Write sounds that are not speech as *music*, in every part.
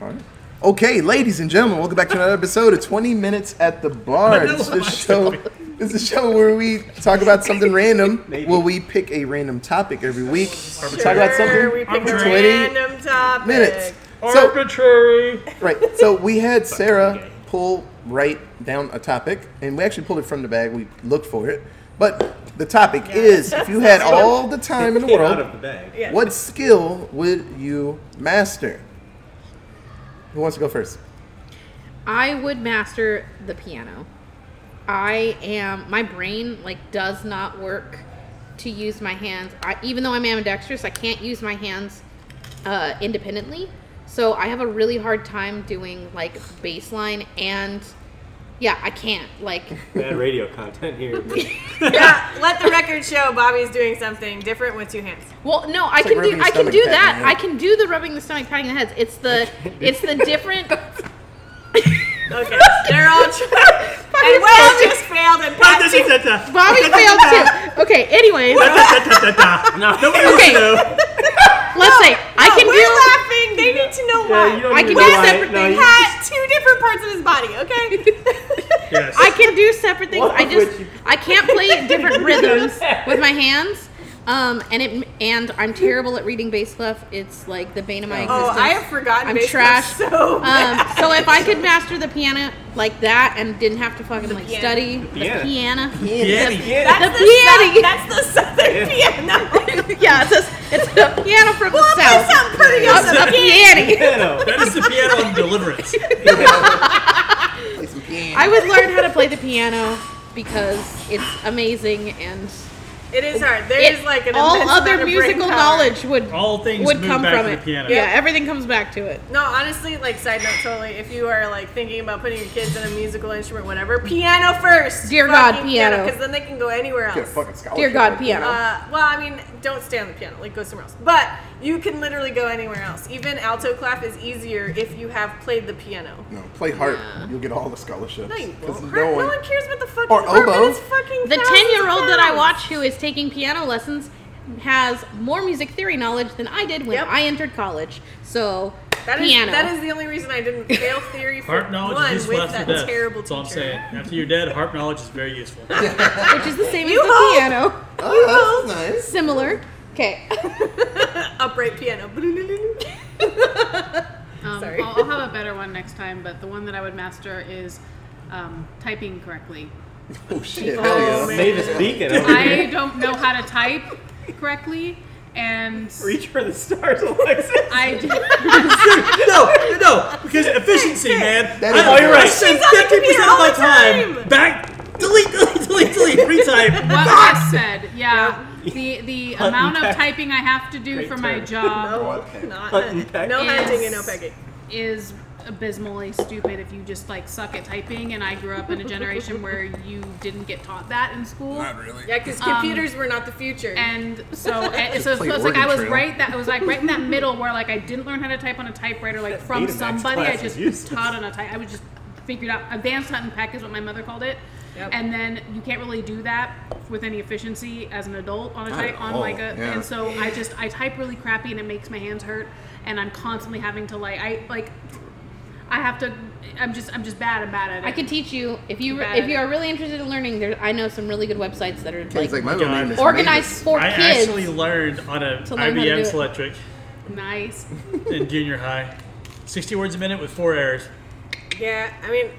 All right. Okay, ladies and gentlemen, welcome back to another episode of 20 Minutes at the Bar. It's the show. It's the show where we talk about something *laughs* random. Well, we pick a random topic every week. Talk about something. we picked a 20 random topic. Minutes. So Arbitrary. right. So we had Sarah pull right down a topic, and we actually pulled it from the bag. We looked for it, but the topic is: if you *laughs* had all the time in the Came out of world, the bag. *laughs* Yeah. what skill would you master? Who wants to go first? I would master the piano. I am my brain like does not work to use my hands. I, even though I'm ambidextrous, I can't use my hands uh, independently. So I have a really hard time doing like baseline and yeah, I can't *laughs* like Bad radio *laughs* *laughs* content here. *laughs* Yeah, let the record show Bobby's doing something different with two hands. Well, no, I like can rubbing do the I can stomach, do patting that. the I head. can do the rubbing the stomach, patting the heads. It's the it's the *laughs* different. Okay, they're *laughs* all trying. And Will just failed and Pat This is it, uh, Bobby failed too. Okay. *laughs* Anyways, No, nobody wants okay. to know. Let's say I No, can we're do. laughing. They need to know Yeah, why. you don't I need can to do lie. separate No, He you- had two different parts of his body. *laughs* Okay. Yes. *laughs* I can do separate things. One I of just which you- I can't play different rhythms with my hands. Um, and it and I'm terrible at reading bass clef. It's like the bane of my oh, existence. I have forgotten. I'm bass trash. stuff So Um, bad. so if I could master the piano like that and didn't have to fucking like piano. study the piano. piano, Piano. that's the the, piano. *laughs* sou- that's the southern piano. yeah, it's a, it's *laughs* a piano from Well, the play south. something pretty Up or the something. piano. Piano. That is the piano on *laughs* Deliverance. Play some piano. I would learn how to play the piano because it's amazing and It is hard. There it- is like an all immense amount other of brain musical power. knowledge would All things would move come back from to it. the piano. Yeah, everything comes back to it. No, honestly, like side note, totally. If you are like thinking about putting your kids in a musical instrument, whatever, piano first. Dear God, piano. because then they can go anywhere Get a else. fucking scholarship. Dear God, piano. Uh, well, I mean, don't stay on the piano. Like, go somewhere else. But you can literally go anywhere else. Even alto clap is easier if you have played the piano. No, play harp. You'll get all the scholarships. No, you 'Cause won't. no No one- one cares about the fucking Or harp. It oboe. is fucking the thousands of 10 year old that I pounds. watch who is taking piano lessons has more music theory knowledge than I did when Yep. I entered college. So, That is, piano. that is the only reason I didn't fail theory for Harp knowledge one is useful with after that death. terrible That's teacher. all I'm saying. After you're dead, harp knowledge is very useful. *laughs* which is the same as You the hope. *laughs* piano. Oh, that's nice. Similar. *laughs* Okay. Upright *laughs* piano. Um, Sorry. I'll, I'll have a better one next time, but the one that I would master is um, typing correctly. Oh shit! Hell yeah. man. Mavis Beacon. over I here. don't know how to type correctly, and Reach for the *laughs* stars, Alexis. I d- no, no, because efficiency, man. That is- I, I She's spend on the fifty computer percent all of my the time, time. back, delete, delete, delete, delete, retype. what was said. Yeah, the the amount of Unpack. typing I have to do Great for my term. job No, Okay. not Button packing. no hunting and no Is- pecking. is abysmally stupid if you just like suck at typing. And I grew up in a generation where you didn't get taught that in school. Yeah, because computers were not the future. And *laughs* so, and so, so play it's like I Oregon was Trail. right that I was like right in that middle where like I didn't learn how to type on a typewriter like from Betamax somebody. I class just is useless. taught on a type. I was just figured out advanced hunt and peck is what my mother called it. Yep. And then you can't really do that with any efficiency as an adult on a Not at type on all, like a. yeah. And so I just I type really crappy and it makes my hands hurt and I'm constantly having to like I like I have to. I'm just I'm just bad. I'm bad at it. I could teach you if you Bad if at you it. are really interested in learning. There, I know some really good websites that are It's like, like my middle name is organized for I kids. actually learned on a To learn how to do IBM it. Selectric nice. in junior high. Sixty words a minute with four errors. yeah, I mean,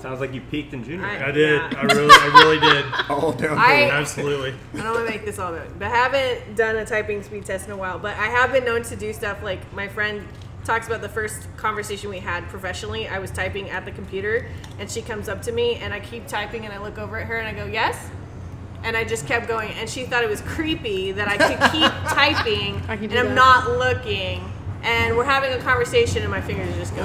Sounds like you peaked in junior. I- high. I did. Yeah. I really, I *laughs* really did. Mavis. All down. I- Absolutely. I don't want to make this all about, but I haven't done a typing speed test in a while. But I have been known to do stuff like my friend talks about the first conversation we had professionally. I was typing at the computer, and she comes up to me, and I keep typing, and I look over at her, and I go, "Yes." And I just kept going, and she thought it was creepy that I could keep typing, I can do and I'm that. not looking, and we're having a conversation, and my fingers just go.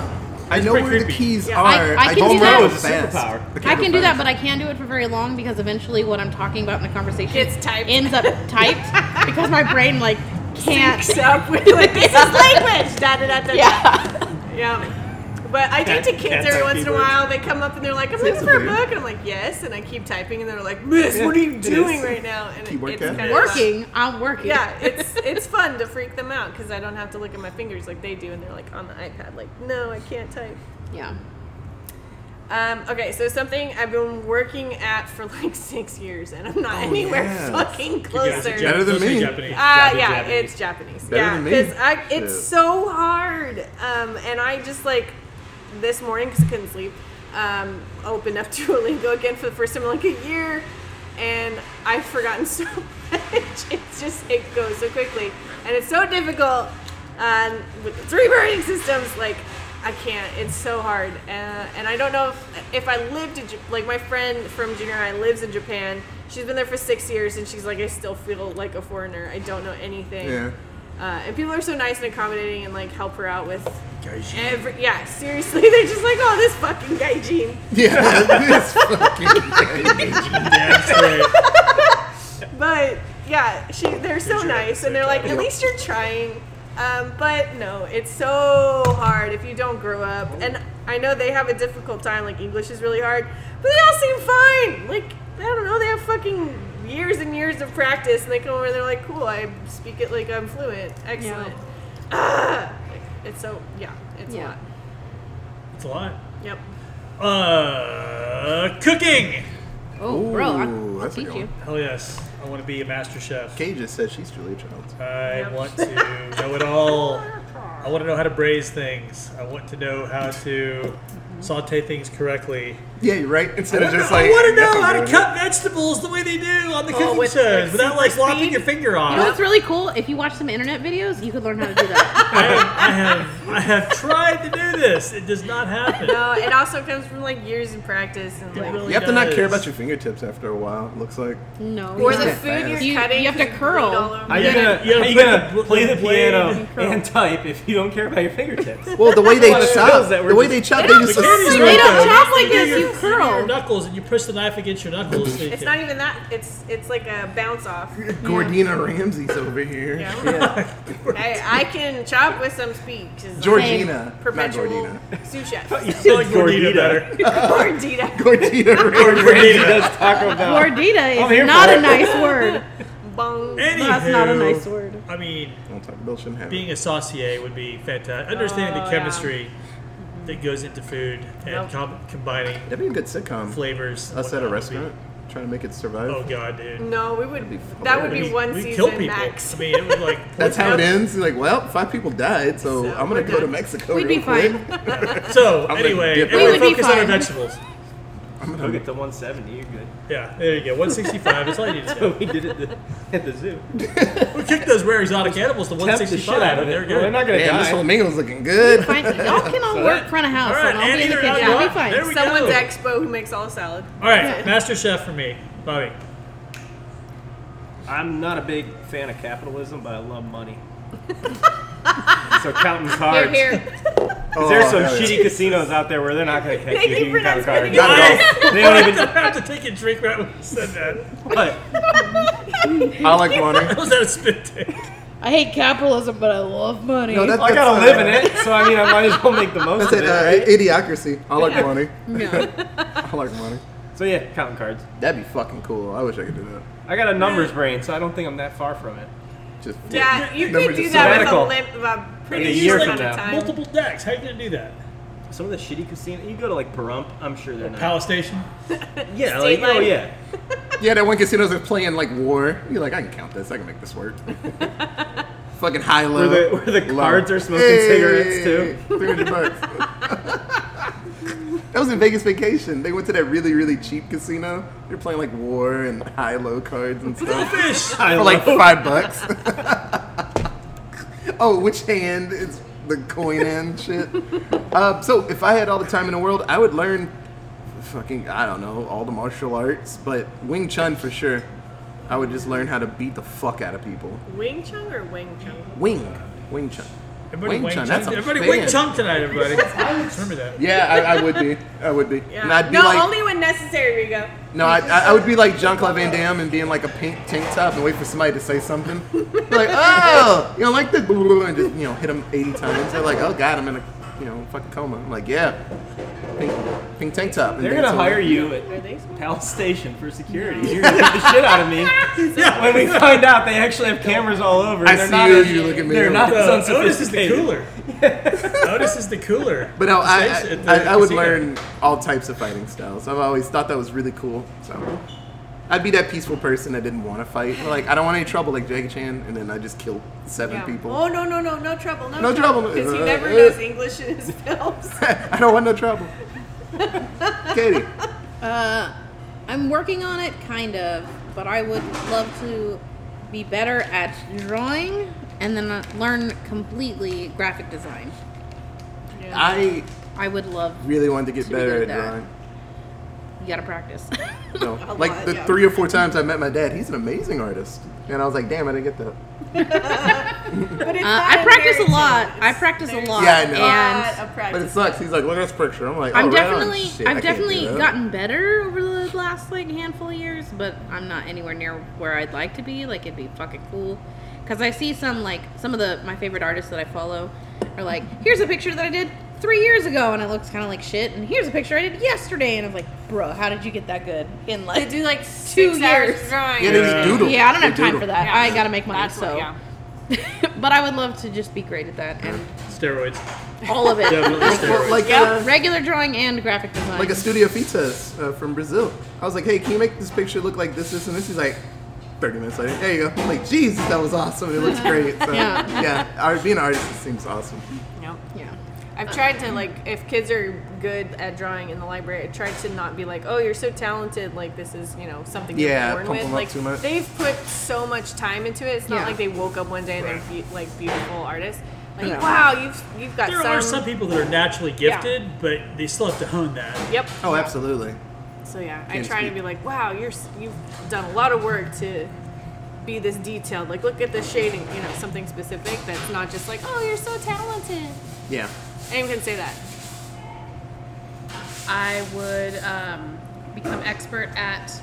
I know where pretty the creepy. keys Yeah. are. I- I can don't do know that. if It's a fast. superpower. The I can fast. do that, but I can't do it for very long because eventually what I'm talking about in a conversation Gets typed. ends up *laughs* typed because my brain like can't. Syncs up with like, this is language. Da da da da. da. Yeah. Yeah. But I Cat- date to kids cat every type once in a keyboard. while. They come up and they're like, "I'm looking for a Sensibly. book," and I'm like, "Yes," and I keep typing, and they're like, "Miss, what are you Yes. doing right now?" And it- Keyboard it's cat. kind of Working, I'm working. yeah, it's it's fun to freak them out because I don't have to look at my fingers like they do, and they're like on the iPad, like, "No, I can't type." yeah. Um, okay, so something I've been working at for *laughs* like six years, and I'm not anywhere Oh, yeah. fucking closer. Jap- Better than mostly me. Japanese. Uh, yeah, Jap- Japanese. it's Japanese. Better yeah, than me. because I it's Shit. so hard. Um, and I just like this morning because I couldn't sleep. Um, opened up *laughs* Duolingo again for the first time in like a year, and I've forgotten so *laughs* much. It's just it goes so quickly, and it's so difficult. Um, with the three burning systems, like I can't. It's so hard, uh, and I don't know if if I lived in Ja- like my friend from junior high lives in Japan. She's been there for six years, and she's like, I still feel like a foreigner. I don't know anything. Yeah. Uh, and people are so nice and accommodating, and like help her out with Gaijin. every. Yeah, seriously, *laughs* they're just like, oh, this fucking gaijin. Yeah, *laughs* this fucking Yeah, that's right. But yeah, she they're so Sure, nice, and they're they're like, at trying. least you're trying. Um, but no, it's so hard if you don't grow up. And I know they have a difficult time. Like English is really hard, but they all seem fine. Like I don't know, they have fucking years and years of practice, and they come over and they're like, cool, I speak it like I'm fluent. Excellent. Ah! It's so yeah, it's Yeah. a lot. It's a lot. Yep. Uh, cooking. Oh, bro, Ooh, I'll, I'll that's a teach good you. one. Hell yes, I want to be a master chef. Kay just said she's Julia Childs. I want to know it all. I want to know how to braise things. I want to know how to saute things correctly. Yeah, you're right. Instead of just I like want to "Yes, know I'm how to doing it." cut vegetables the way they do on the Oh, cooking with, shows like, without like super lopping speed? your finger off. You know what's really cool? If you watch some internet videos, you could learn how to do *laughs* that. I, have, I have I have tried to do this. It does not happen. No, it also comes from like years in practice and It like. really You have to not does. care about your fingertips after a while. It looks like No. Or you the can't. food you're You- cutting. you have to can curl. bleed all over How you. you gonna, you how you gotta gonna put play the the blade piano in control. and type if you don't care about your *laughs* fingertips? well the way they lot of chop, pills that were the way just- they chop, They they don't- just they like, don't slice They it don't up. chop like do this. your, You do your *laughs* curl. knuckles and you push the knife against your knuckles. so you It's can- not even that. It's it's like a bounce off. Gordina Ramsay's over here. Yeah. I, I can chop with some speed. 'cause Georgina, I'm not perpetual Gordina. sous chef. *laughs* You I like gordita better. Gordita, Gordina Ramsay. Randy does Taco *laughs* Bell. I'm Gordita here is not for a it. nice *laughs* word. bong. That's not a Anywho, nice word. I mean, Don't talk about shouldn't have it. being a saucier would be fantastic. Understanding Oh, the yeah. chemistry that goes into food and Nope. com- combining That'd be a good sitcom. flavors. and Us at a whatnot would restaurant, trying to make it Be, survive. oh god, dude. No, we would. That'd be that would hilarious. be We- one we kill season people. max. I mean, it would like *laughs* That's how it Yep. ends. You're like, well, five people died, so, So I'm gonna we're go to done. Mexico. We'd real be quick. fine. so. I'm gonna anyway, dip We everyone would be focus on our fine. vegetables. Go get the 170. You're good. Yeah, there you go. 165. That's all you need to So *laughs* know. we did it at the, at the zoo. We kick those rare exotic animals to Tempt the 165. shit out of and it. They're Well, they're good. not gonna *laughs* Damn, this die. flamingo's looking good. Fine. Y'all can all work front of house, All right, and I'll be in the Andy, kitchen. you're I'll on be the block. fine. There we Someone's go. expo who makes all salad. all right, Yeah. master chef for me, Bobby. I'm not a big fan of capitalism, but I love *laughs* money. so counting cards. Here, here. Oh, There's some hell yeah. shitty casinos out there where they're not going to catch Thank you you if you for can count not spending cards. your Not at all. They don't *laughs* even. I have to take a drink right when you said that. *laughs* But I like water. That was out of spit *laughs* take. I hate capitalism, but I love money. No, that- I gotta that's, live uh, in it, so I mean, I might as *laughs* well make the most That's of it. it. Uh, right? idiocracy. I like money. No. *laughs* I like money. So yeah, counting cards. That'd be fucking cool. I wish I could do that. I got a numbers brain, so I don't think I'm that far from it. Just Yeah, *laughs* you Number could do just that with a, sabbatical. limp, with a In a pretty year short from amount of now. time. Multiple decks. How are you gonna do that? Some of the shitty casinos, you go to like Pahrump, I'm sure they're not. Power *laughs* station. yeah, State like, oh line. yeah. Yeah, that one casino's like playing like war. You're like, I can count this. I can make this work. Fucking high low. Where the- where the low. cards are smoking cigarettes, too. 300 *laughs* bucks. that was in Vegas vacation. They went to that really, really cheap casino. They're playing like war and high low cards and stuff Fish. I for *laughs* like love- five bucks. oh, which hand is the coin in shit? Uh, so if I had all the time in the world, I would learn fucking I don't know all the martial arts, but Wing Chun for sure. I would just learn how to beat the fuck out of people. Wing Chun or Wing Chun? Wing, Wing Chun. Everybody Wing Wing Chun, Chun. that's a Everybody fan. Wing Chun tonight, everybody. *laughs* Remember that. Yeah, I, I would be. I would *laughs* be. Yeah. And I'd be no, like, only when necessary, Rigo. no, I, I I would be like Jean Claude Van Damme and being like a pink tank top and wait for somebody to say something. *laughs* They're like, oh, you know, like the and just you know hit them eighty times. They're like, oh god, I'm in a you know, fucking coma. I'm like, yeah, pink, pink tank top. And They're dance gonna all hire night. you Are at they smart? Pal Station for security. You're gonna beat the shit out of me when we find out they actually have cameras all over. and I they're see not you, as- you look at me. "Oh, They're not as So, "Oh, Otis is the unsophisticated. cooler. Otis is the cooler. But no, I, At the I, I, I would casino. learn all types of fighting styles. I've always thought that was really cool. So I'd be that peaceful person that didn't want to fight. Like I don't want any trouble, like Jackie Chan, and then I just kill seven Yeah. people. Oh no no no no trouble no, No trouble. because he Uh, never uh. knows English in his *laughs* films. *laughs* I don't want no *laughs* trouble. Katie, Uh, I'm working on it, kind of, but I would love to be better at drawing and then uh, learn completely graphic design. I I would love. really wanted to get Should we better go at to that? *laughs* drawing. You gotta practice. *laughs* Uh, No, A like lot, the yeah. three or four times I met my dad, he's an amazing artist, and I was like, damn, I didn't get that. But it's Uh, *laughs* not I practice a inherited. lot. I practice a There's lot. Yeah, I know. a lot And of But it practice. sucks. He's like, look at this picture. I'm like, oh, I'm right on. definitely, Shit, I can't I've do definitely that. gotten better over the last like handful of years, but I'm not anywhere near where I'd like to be. Like it'd be fucking cool, because I see some like some of the my favorite artists that I follow are like, here's a picture that I did three years ago and it looks kind of like shit, and here's a picture I did yesterday and I'm like, bro, how did you get that good in They like? do like two six hours years. of drawing. Yeah, they just doodle. Yeah, I don't have They time doodle. for that. Yeah. I gotta make money, That's so. what, yeah. *laughs* but I would love to just be great at that and Steroids. all of *laughs* it. Definitely steroids. Like, uh, Regular drawing and graphic design. like a studio fitas uh, from Brazil. I was like, hey, can you make this picture look like this, this, and this? He's like, 30 minutes later, there you go. I'm like, Jesus, that was awesome. It *laughs* looks great. So, Yeah. yeah, art, being an artist seems awesome. Yep. yeah. I've tried to like if kids are good at drawing in the library, I tried to not be like, oh, you're so talented. Like this is you know something Yeah, you're born pump with. them up like too much. they've put so much time into it. It's not Yeah. like they woke up one day and they're Right. be- like beautiful artists. Like Yeah. wow, you've you've got There some. are some people that are naturally gifted, but they still have to hone that. Yep. Oh, absolutely. So yeah, I Can't try to speak. be like, wow, you're s- you've done a lot of work to be this detailed. Like look at the shading. You know something specific that's not just like, oh, you're so talented. Yeah. Anyone can say that. I would um, become expert at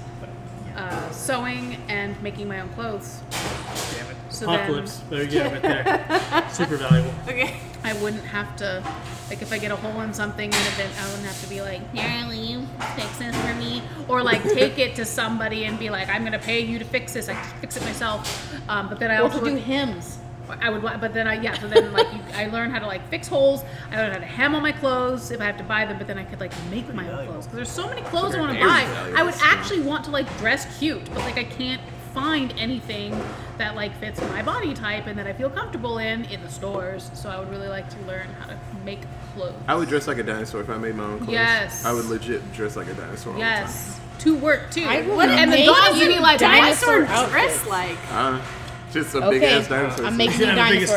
uh, sewing and making my own clothes. Damn it. So then- Apocalypse. There you go, right *laughs* there. Super valuable. Okay. *laughs* I wouldn't have to, like, if I get a hole in something in an event, I wouldn't have to be like, "Yeah, will you fix this for me?" Or like take it to somebody and be like, "I'm gonna pay you to fix this. I can fix it myself." Um, but then I Or also to do would, hymns. I would, but then I yeah. So then like you, I learned how to like fix holes. I learned how to hem on my clothes if I have to buy them. But then I could like make my own clothes because there's so many clothes I want to Very buy. valuable I would skill. actually want to like dress cute, but like I can't find anything that like fits my body type and that I feel comfortable in in the stores. So I would really like to learn how to make clothes. I would dress like a dinosaur if I made my own clothes. Yes. I would legit dress like a dinosaur. yes, to work too. I will and the make dogs you would be like dinosaur dinosaur. outfits. Dress like. All the time. Uh, just a big Okay, ass dinosaur. I'm making He's gonna you have the biggest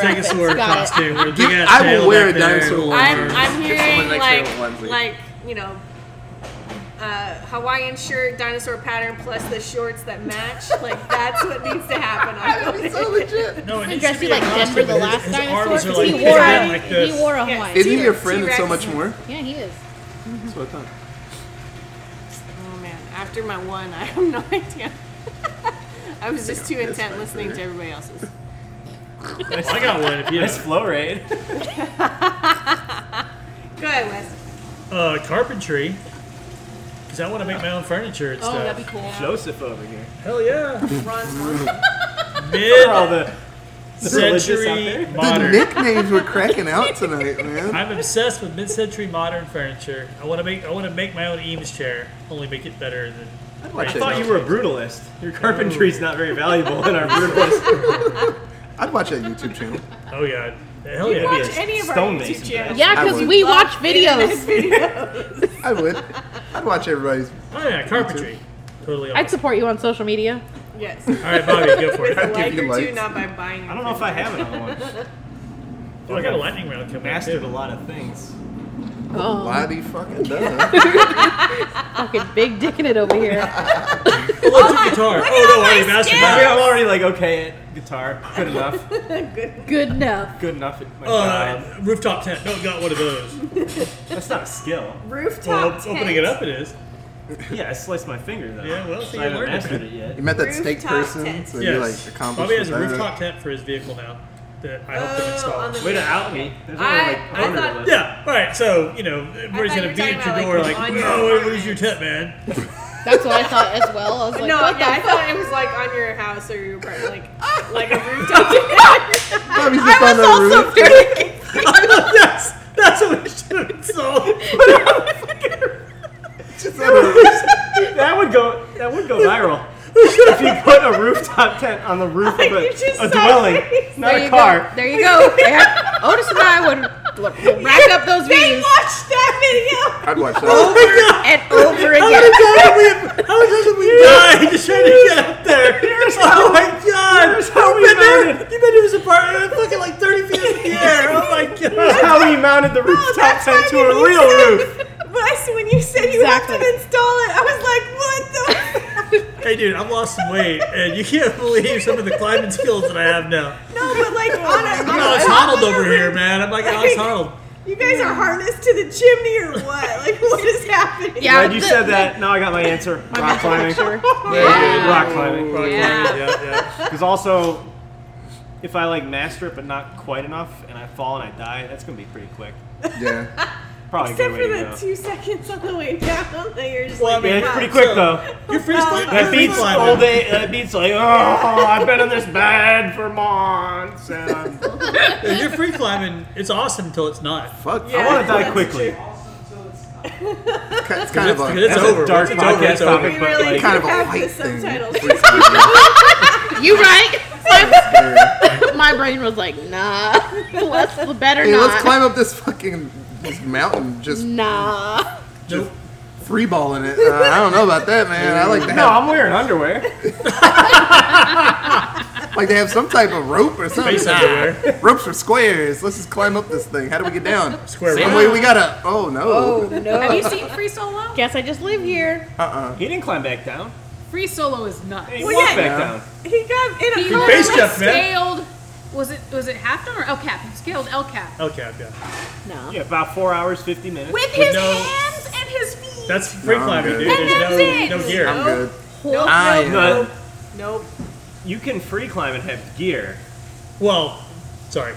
stegosaur dinosaur outfits. Got it. costume. with Give- a big-ass I will tail wear a back there. dinosaur. I'm, I'm Get *laughs* someone hearing next like to a onesie. like you know uh, Hawaiian shirt dinosaur pattern plus the shorts that match. like that's what needs to happen. *laughs* That would On be the so *laughs* legit. No, it He needs dressed to be like a costume, Denver the but his- last his dinosaur arms are 'cause like, he wore down a, like he this. wore a Yes. Hawaiian. Isn't he T-Rex- your friend that's so T-Rex. much more? Yeah, he is. That's what I *laughs* thought. oh man, after my one, I have no *laughs* idea. I was just too intent listening to everybody else's. I got one. *laughs* If you *laughs* Nice flow rate. Go ahead, Wes. uh, carpentry, because I want to make my own furniture and Oh, stuff. that'd be cool. Joseph over *laughs* here. Hell yeah! Ron's mom. For all Mid the the religious out century there. The modern. nicknames were cracking out *laughs* tonight, man. I'm obsessed with mid century modern furniture. I want to make I want to make my own Eames chair. Only make it better than. I'd I watch that. thought you YouTube- were a brutalist. Your carpentry's not very valuable in our brutalist. I'd watch that YouTube channel. Oh yeah! Hell You yeah! be watch a any of our stonemason YouTube back. channels? Yeah, I because would. we watch Love videos. videos. I would. I'd watch everybody's. Oh yeah! Carpentry. Totally. I'd Awesome. support you on social media. yes. All right, Bobby, go for it. With a I'd give like you or two, likes. not by buying. I don't know if I have another one. Oh, I got a lightning round coming. up, Mastered a too. lot of things. Oh, Lottie fucking *laughs* duh. fucking big dick in it over here. Electric guitar. Oh no! I already *laughs* mastered I that. am already like okay at guitar. *laughs* Good enough. Good enough. Good enough at my job. Uh, rooftop tent. No, got one of those. That's not a skill. Well, Rooftop tent. opening it up, it is. Yeah, I sliced my finger though. Yeah, well, see, you So I haven't learned it. mastered it yet. You met that steak Rooftop person, tent. so you like Yes. accomplished. Bobby has a that. rooftop tent for his vehicle now. that I hope they Oh, install. on the- Way to out me. There's only I- like I 100 thought- of us. yeah, all right. So you know, everybody's thought gonna you were beat at talking your about, door like, like, on your "No, what apartment." is your tip, man?" *laughs* That's what I thought as well. I was like, no, what yeah, I the thought it was like on your house or your apartment, *laughs* like like a rooftop. Bobby's just on the roof. *laughs* yes, that's what we should *laughs* install. Just on the roof. That would go. That would go viral. if you put a rooftop tent on the *laughs* roof of You're a, just a so dwelling, crazy. not There a you car. Go. There you *laughs* go. Yeah. Otis and I would, would rack up those they views watched that I'd watch that. and over again. How many times have we- how many times have we died just trying to get up there? oh my god! here's how we You've been there. mounted- You've been *laughs* to his apartment. I'm uh, fucking like 30 feet in the air. Oh *laughs* my god! That's how he mounted Oh, the rooftop that's tent why we to a need real roof. video. *laughs* But I s- when you said you have to Exactly. install it, I was like, what the? *laughs* Hey dude, I've lost some weight, and you can't believe some of the climbing skills that I have now. no, but *laughs* like on a, on Alex a- Honnold over here, man. I'm like "Oh, *laughs* Alex Honnold. You guys are harnessed to the chimney or what? Like *laughs* what is happening? Yeah. Glad you the- said that. Now I got my answer. Rock climbing. Yeah. Rock climbing. Rock climbing, Yeah. yeah, yeah. Because also, if I like master it but not quite enough, and I fall and I die, that's gonna be pretty quick. Yeah. Probably Except a for good way the to go. two seconds on the way down that you're just Well, I like, mean, yeah, "Wow." it's pretty quick So- though. You're free slide- That you're free beats sliding. all day. That beats like, oh, I've been in this bed for months. And I'm, Yeah, *laughs* You're free climbing. It's awesome until it's *laughs* not. Fuck. Yeah. I want to die That's quickly. It's kind of It's a. over. dark it's over. It's podcast over. We topic. really Like- Kind of a should have white the thing. subtitles. *laughs* You right? Yeah. My brain was like, *laughs* nah. Let's the better Hey, not. let's climb up this fucking this mountain. Just Nah. Nope. free balling it. Uh, I don't know about that, man. I like to No, have I'm wearing underwear. like to have some type of rope or something. Face everywhere. Ropes are squares. Let's just climb up this thing. How do we get down? Square Same root. way we gotta. Oh no. Have you no. seen Free Solo? Guess I just live here. He didn't climb back down. Free solo is nuts. He Well, walked yeah. back down. He got in a He car was base wreck. jumped, man. scaled. Was it was it half done or L cap? He Scaled L cap Okay, okay. No. Yeah, about four hours, fifty minutes. with his no- hands and his feet. That's free No, I'm climbing, good. dude. And There's that's no, no it. gear. I'm good. nope, I nope, am- nope, nope. You can free climb and have gear, Well, sorry.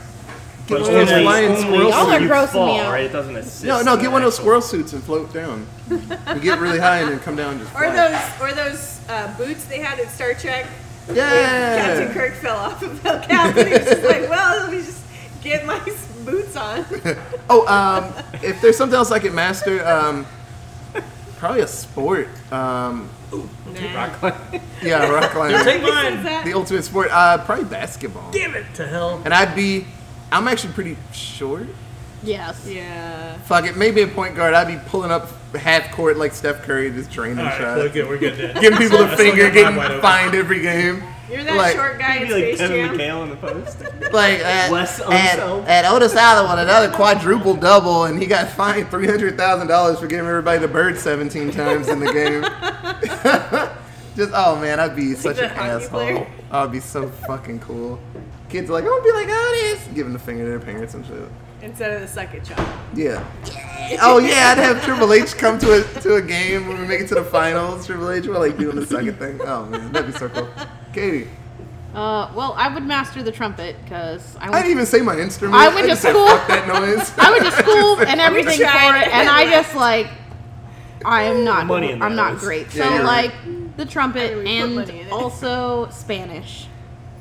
Get but one of only, those flying only squirrel Y'all if are suits. you grossing fall, me out. right? It doesn't assist. No, no. in Get one of those actual- squirrel suits and float *laughs* down. We get really high and then come down. And just Or fly. those, or those uh, boots they had in Star Trek. Captain Yeah. Kirk fell off of El Cap, and he was just like, "Well, let me just get my *laughs* s- boots on." Oh, um, if there's something else I could master, um, probably a sport. Um, Rock climbing. yeah, rock climbing. Take mine. the ultimate sport. Uh, probably basketball. Damn it to hell. And I'd be. I'm actually pretty short. Yes. Yeah. Fuck it, maybe a point guard. I'd be pulling up half court like Steph Curry, just draining All right, we're shots, good. We're *laughs* good. Then. giving people the I still finger, got getting mine wide open. fined every game. You're that Like- short guy in *laughs* Maybe like Space Jam. Kevin McHale in the post. *laughs* Like at, Wes at, Unseld. at Otis Allen with another quadruple double, and he got fined three hundred thousand dollars for giving everybody the bird seventeen times in the game. *laughs* just oh man, I'd be such the an hockey asshole. player. I'd be so fucking cool. Kids are like, I want to be like Otis, giving the finger to their parents and shit. Instead of the suck it chop. Yeah. Oh yeah, I'd have Triple H come to a to a game when we make it to the finals. Triple H, we're like doing the second thing. Oh man, that'd be so cool. Katie, Uh, well, I would master the trumpet because I I didn't went, even say my instrument. I went to just said, school. Fuck that noise. *laughs* I went to school and everything for it, tried it. and I just like, I am not, Money in I'm that not was- great. So Yeah, you're right. like, the trumpet we put money in and it. also Spanish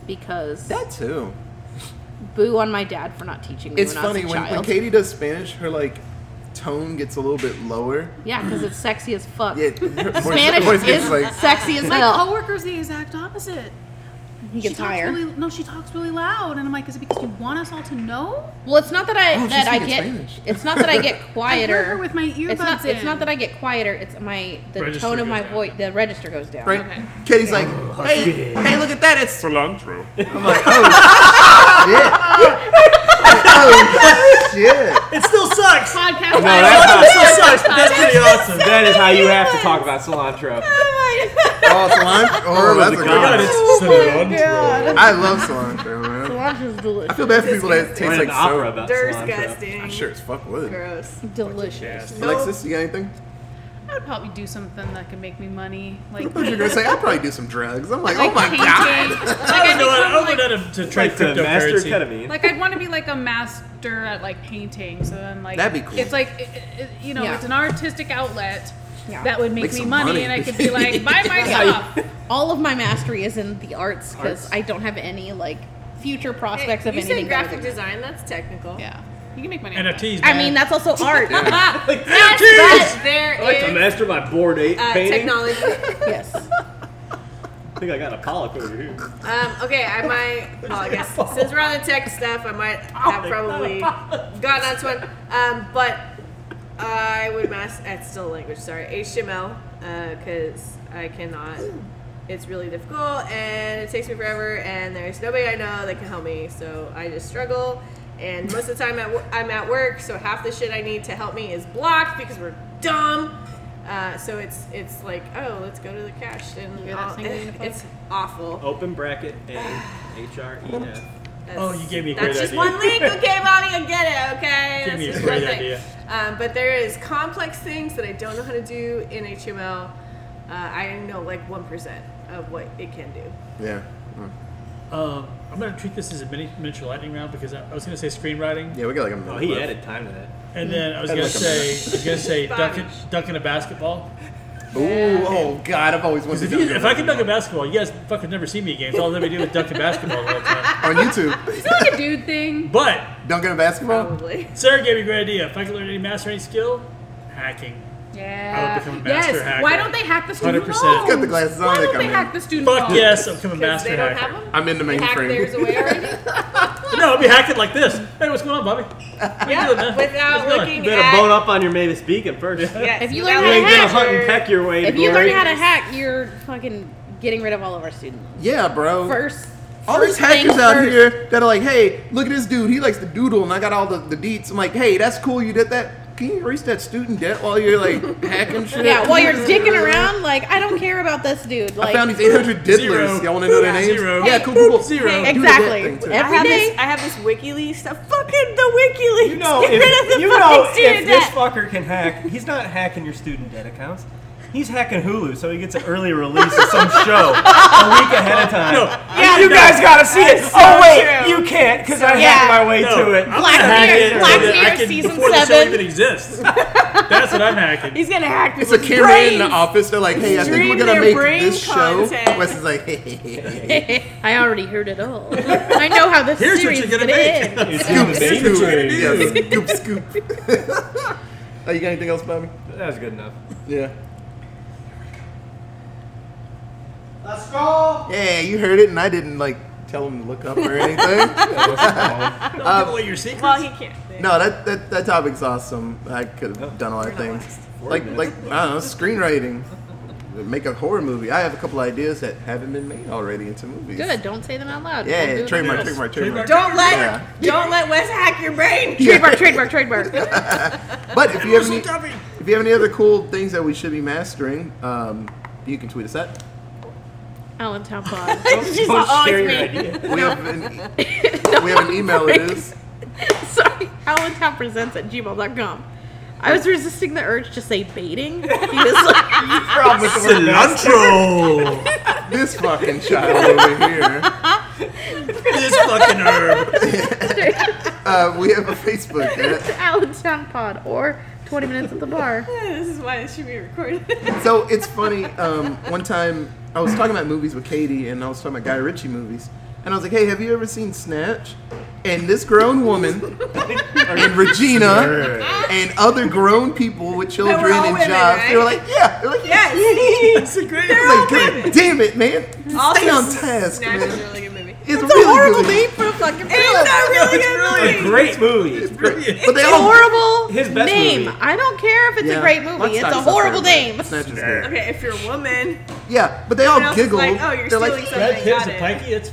because *laughs* that too. boo on my dad for not teaching me It's when funny I was a when, child. when Katie does Spanish, her like tone gets a little bit lower. yeah, because it's sexy as fuck. Yeah, her voice- Spanish voice gets, is like sexy as My hell. coworker's the exact opposite. He She gets talks higher. really no, she talks really loud, and I'm like, is it because you want us all to know? Well, it's not that I Oh, she's that I speaking get. Spanish. It's not that I *laughs* get I quieter. heard her with my earbuds it's not. in. It's not that I get quieter. It's my the Register tone of my goes down. voice. The register goes down. right. Okay. Katie's like, hey, hey, look at that. It's cilantro. I'm like, *laughs* oh shit. Like, oh shit. It still sucks. It podcast. No, that's not- still sucks, but that's pretty awesome. That is how you have to talk about cilantro. Oh, cilantro. Oh, was that's a a god. good one. Oh Cilantro. I love cilantro, man. Cilantro is delicious. I feel bad for people that taste Went like an opera soap. about cilantro. Disgusting. I sure as fuck would. Gross. delicious. Alexis, you got anything? I would probably do something that could make me money. *laughs* Like, I thought you were gonna say I'll probably do some drugs. I'm like, oh my god. painting. Like, Oh I don't know. I I'd would become, like, not to try Like to master cryptocurrency. ketamine. like I'd want to be like a master at like painting. So then like That'd be cool. It's like it, it, it- you know, Yeah. it's an artistic outlet Yeah. that would make, Make me some money, money. and I *laughs* could be like buy my stuff. All of my mastery is in the arts because Arts. I don't have any like future prospects of you anything. said graphic better than- design. That's technical. *laughs* Yeah, you can make money. out of that. NFTs. I man. mean, *laughs* that's also art. Like, Yes, but there I like to is master my board eight eh. uh, painting. technology. yes. I think I got a pollock over here. Um, okay, I might. Oh, I guess since we're on the tech stuff, I might have probably gotten onto one. Um, but I would mask. It's still a language. Sorry, HTML, because uh, I cannot. It's really difficult, and it takes me forever. And there's nobody I know that can help me, so I just struggle. And most of the time, at wo- I'm at work, so half the shit I need to help me is blocked because we're dumb. Uh, so it's it's like, oh, let's go to the cash, and hear that I'll- singing in the *laughs* book? it's awful. Open bracket A H R E F. Oh, you gave me a That's great just idea. one link. Okay, Bonnie, I get it. Okay, *laughs* Gave that's me a just great one thing. idea. Um, but there is complex things that I don't know how to do in HTML. Uh, I know like one percent of what it can do. Yeah. Mm. Um, I'm gonna treat this as a mini miniature lightning round because I, I was gonna say screenwriting, Yeah, we got like a Oh, minute he left. added time to that. and then I was I'd gonna like a say I was gonna say dunking, Spanish. dunking a basketball. Ooh, oh god, I've always wanted Because to if, do *laughs* you, if I could that. dunk a basketball, you guys fucking never see me again. So all I ever do is dunk a basketball the whole time. on YouTube. *laughs* Is that like a dude thing? But Dunking a basketball? Probably. Sarah gave me a great idea. If I could learn any master any skill, hacking. Yeah. become a yes. master hacker. Why don't they hack the student 100%. loans? Got the glasses on, Why they don't come they in. hack the student Fuck loans? yes, I'm becoming a Because master Oh. they don't have hacker. them. I'm in the They hacked theirs mainframe. *laughs* away already. No, I'll be hacking like this. Hey, what's going on, Bobby? yeah, doing, man? What's without going on? looking You better at. bone up on your Mavis Beacon first. Yes, If you without learn *laughs* how to You ain't looking hack- gonna at hunt and your- peck your way. If you Glory. learn how to hack, you're fucking getting rid of all of our student loans. Yeah, bro. First. all these first things hackers out first. here that are like, hey, look at this dude. He likes to doodle, and I got all the, the deets. I'm like, hey, that's cool. You did that. Can you reach that student debt while you're like hacking shit? *laughs* Yeah, while you're dicking around, like I don't care about this dude. I Like found these 800 diddlers. Zero. Y'all want to know their Yeah. names? Zero. Yeah, Hey, cool, cool, cool. Zero. Do that Exactly. thing, too. I have Every this. day. I have this WikiLeaks stuff. Fucking the WikiLeaks. You know, Get if, rid of the you fucking know if student this debt. fucker can hack, he's not hacking your student debt accounts. He's hacking Hulu, so he gets an early release of some show a week ahead of time. No. you No. guys gotta see it. That's so oh wait, true. you can't because I Yeah. hacked my way No, to it. I'm Black gonna hack Mirror- it so Black that I Mirror can- season before the show seven. even exists. That's what I'm hacking. He's gonna hack It's a people's camera in the brains. office. They're like, hey, I think Stream we're going their to make brain this show. content. Wes is like, hey, *laughs* I already heard it all. I know how this Here's what series you're is gonna gonna make. *laughs* end. It's scoop, in the scoop. mainstream. Yeah, scoop, scoop. *laughs* oh, you got anything else, Bobby? That was good enough. Yeah. Let's go. Yeah, you heard it, and I didn't like tell him to look up or anything. Don't uh, give away your secrets. Well, he can't. no, that, that that topic's awesome. I could have done a lot of things, like like I don't know, screenwriting, make a horror movie. I have a couple ideas that haven't been made already into movies. Good. Don't say them out loud. Yeah, Don't do it. trademark, Yes. trademark, trademark. Don't let Yeah. don't let Wes hack your brain. *laughs* Trademark. Trademark. Trademark. *laughs* But if you have any, Copy. if you have any other cool things that we should be mastering, um, you can tweet us at. Allentown Pod. *laughs* *laughs* She's Don't like, oh, share it's your me. idea. We have an, *laughs* we have an email. It is. *laughs* Sorry, presents at gmail.com. I was resisting the urge to say *laughs* baiting because like, Problem with the word *laughs* Cilantro. This fucking child over here. this fucking herb. Uh, we have a Facebook. *laughs* uh, Allentown Pod or 20 minutes at *laughs* the bar. This is why it should be recorded. *laughs* So it's funny. Um, one time I was talking about movies with Katie, and I was talking about Guy Ritchie movies, and I was like, "Hey, have you ever seen Snatch?" And this grown woman and Regina and other grown people with children all and women, jobs, they were right? like, "Yeah," they're like, "Yeah." It's yes. a great I was like, "God damn it, man! Stay Also, on task, Snatch is a man." really good movie. It's, really horrible good. name for a fucking It's film. *laughs* a really good A movie. great movie. Brilliant. But they It's a all- horrible His best name. movie. I don't care if it's Yeah. a great movie. Well, It's not a his best horrible favorite, name. but Snatch is good. Okay, if you're a woman, Yeah, but they all else is giggled. like, "Oh, you're They're like, stealing something." Brad Okay, Pitt's got a it. pikey. It's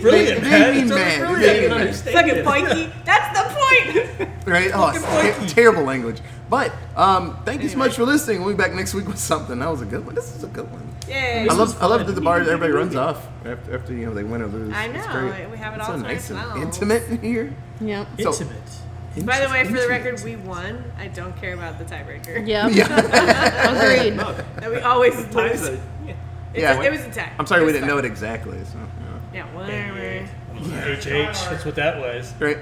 brilliant. They- they man. mean It's man. brilliant. They I mean can man. understand fucking it. pikey. That's the *laughs* point. Right? Oh, Fucking it's funky. te- terrible language. But um, thank you so much for listening. We'll be back next week with something. That was a good one. This is a good one. Yay. I love I love that the bar everybody runs off after, after you know they win or lose. I It's know. great. We have it It's all so to nice and ourselves. intimate in here. Yep. So- Intimate. By the way, for the record, we won. I don't care about the tiebreaker. Yep. Yeah. *laughs* Agreed. And we always Time's lose. a- yeah. It's Yeah. a- it was a tie. I'm sorry we It's didn't fine. know it exactly. So, yeah. Yeah, whatever. HH, that's what that was. Right.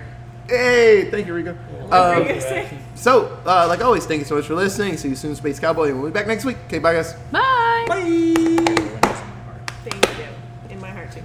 Hey, thank you, Rico. uh, What were you *laughs* Um, gonna say? so, uh, like always, thank you so much for listening. See you soon, Space Cowboy. We'll be back next week. Okay, bye, guys. Bye. Bye.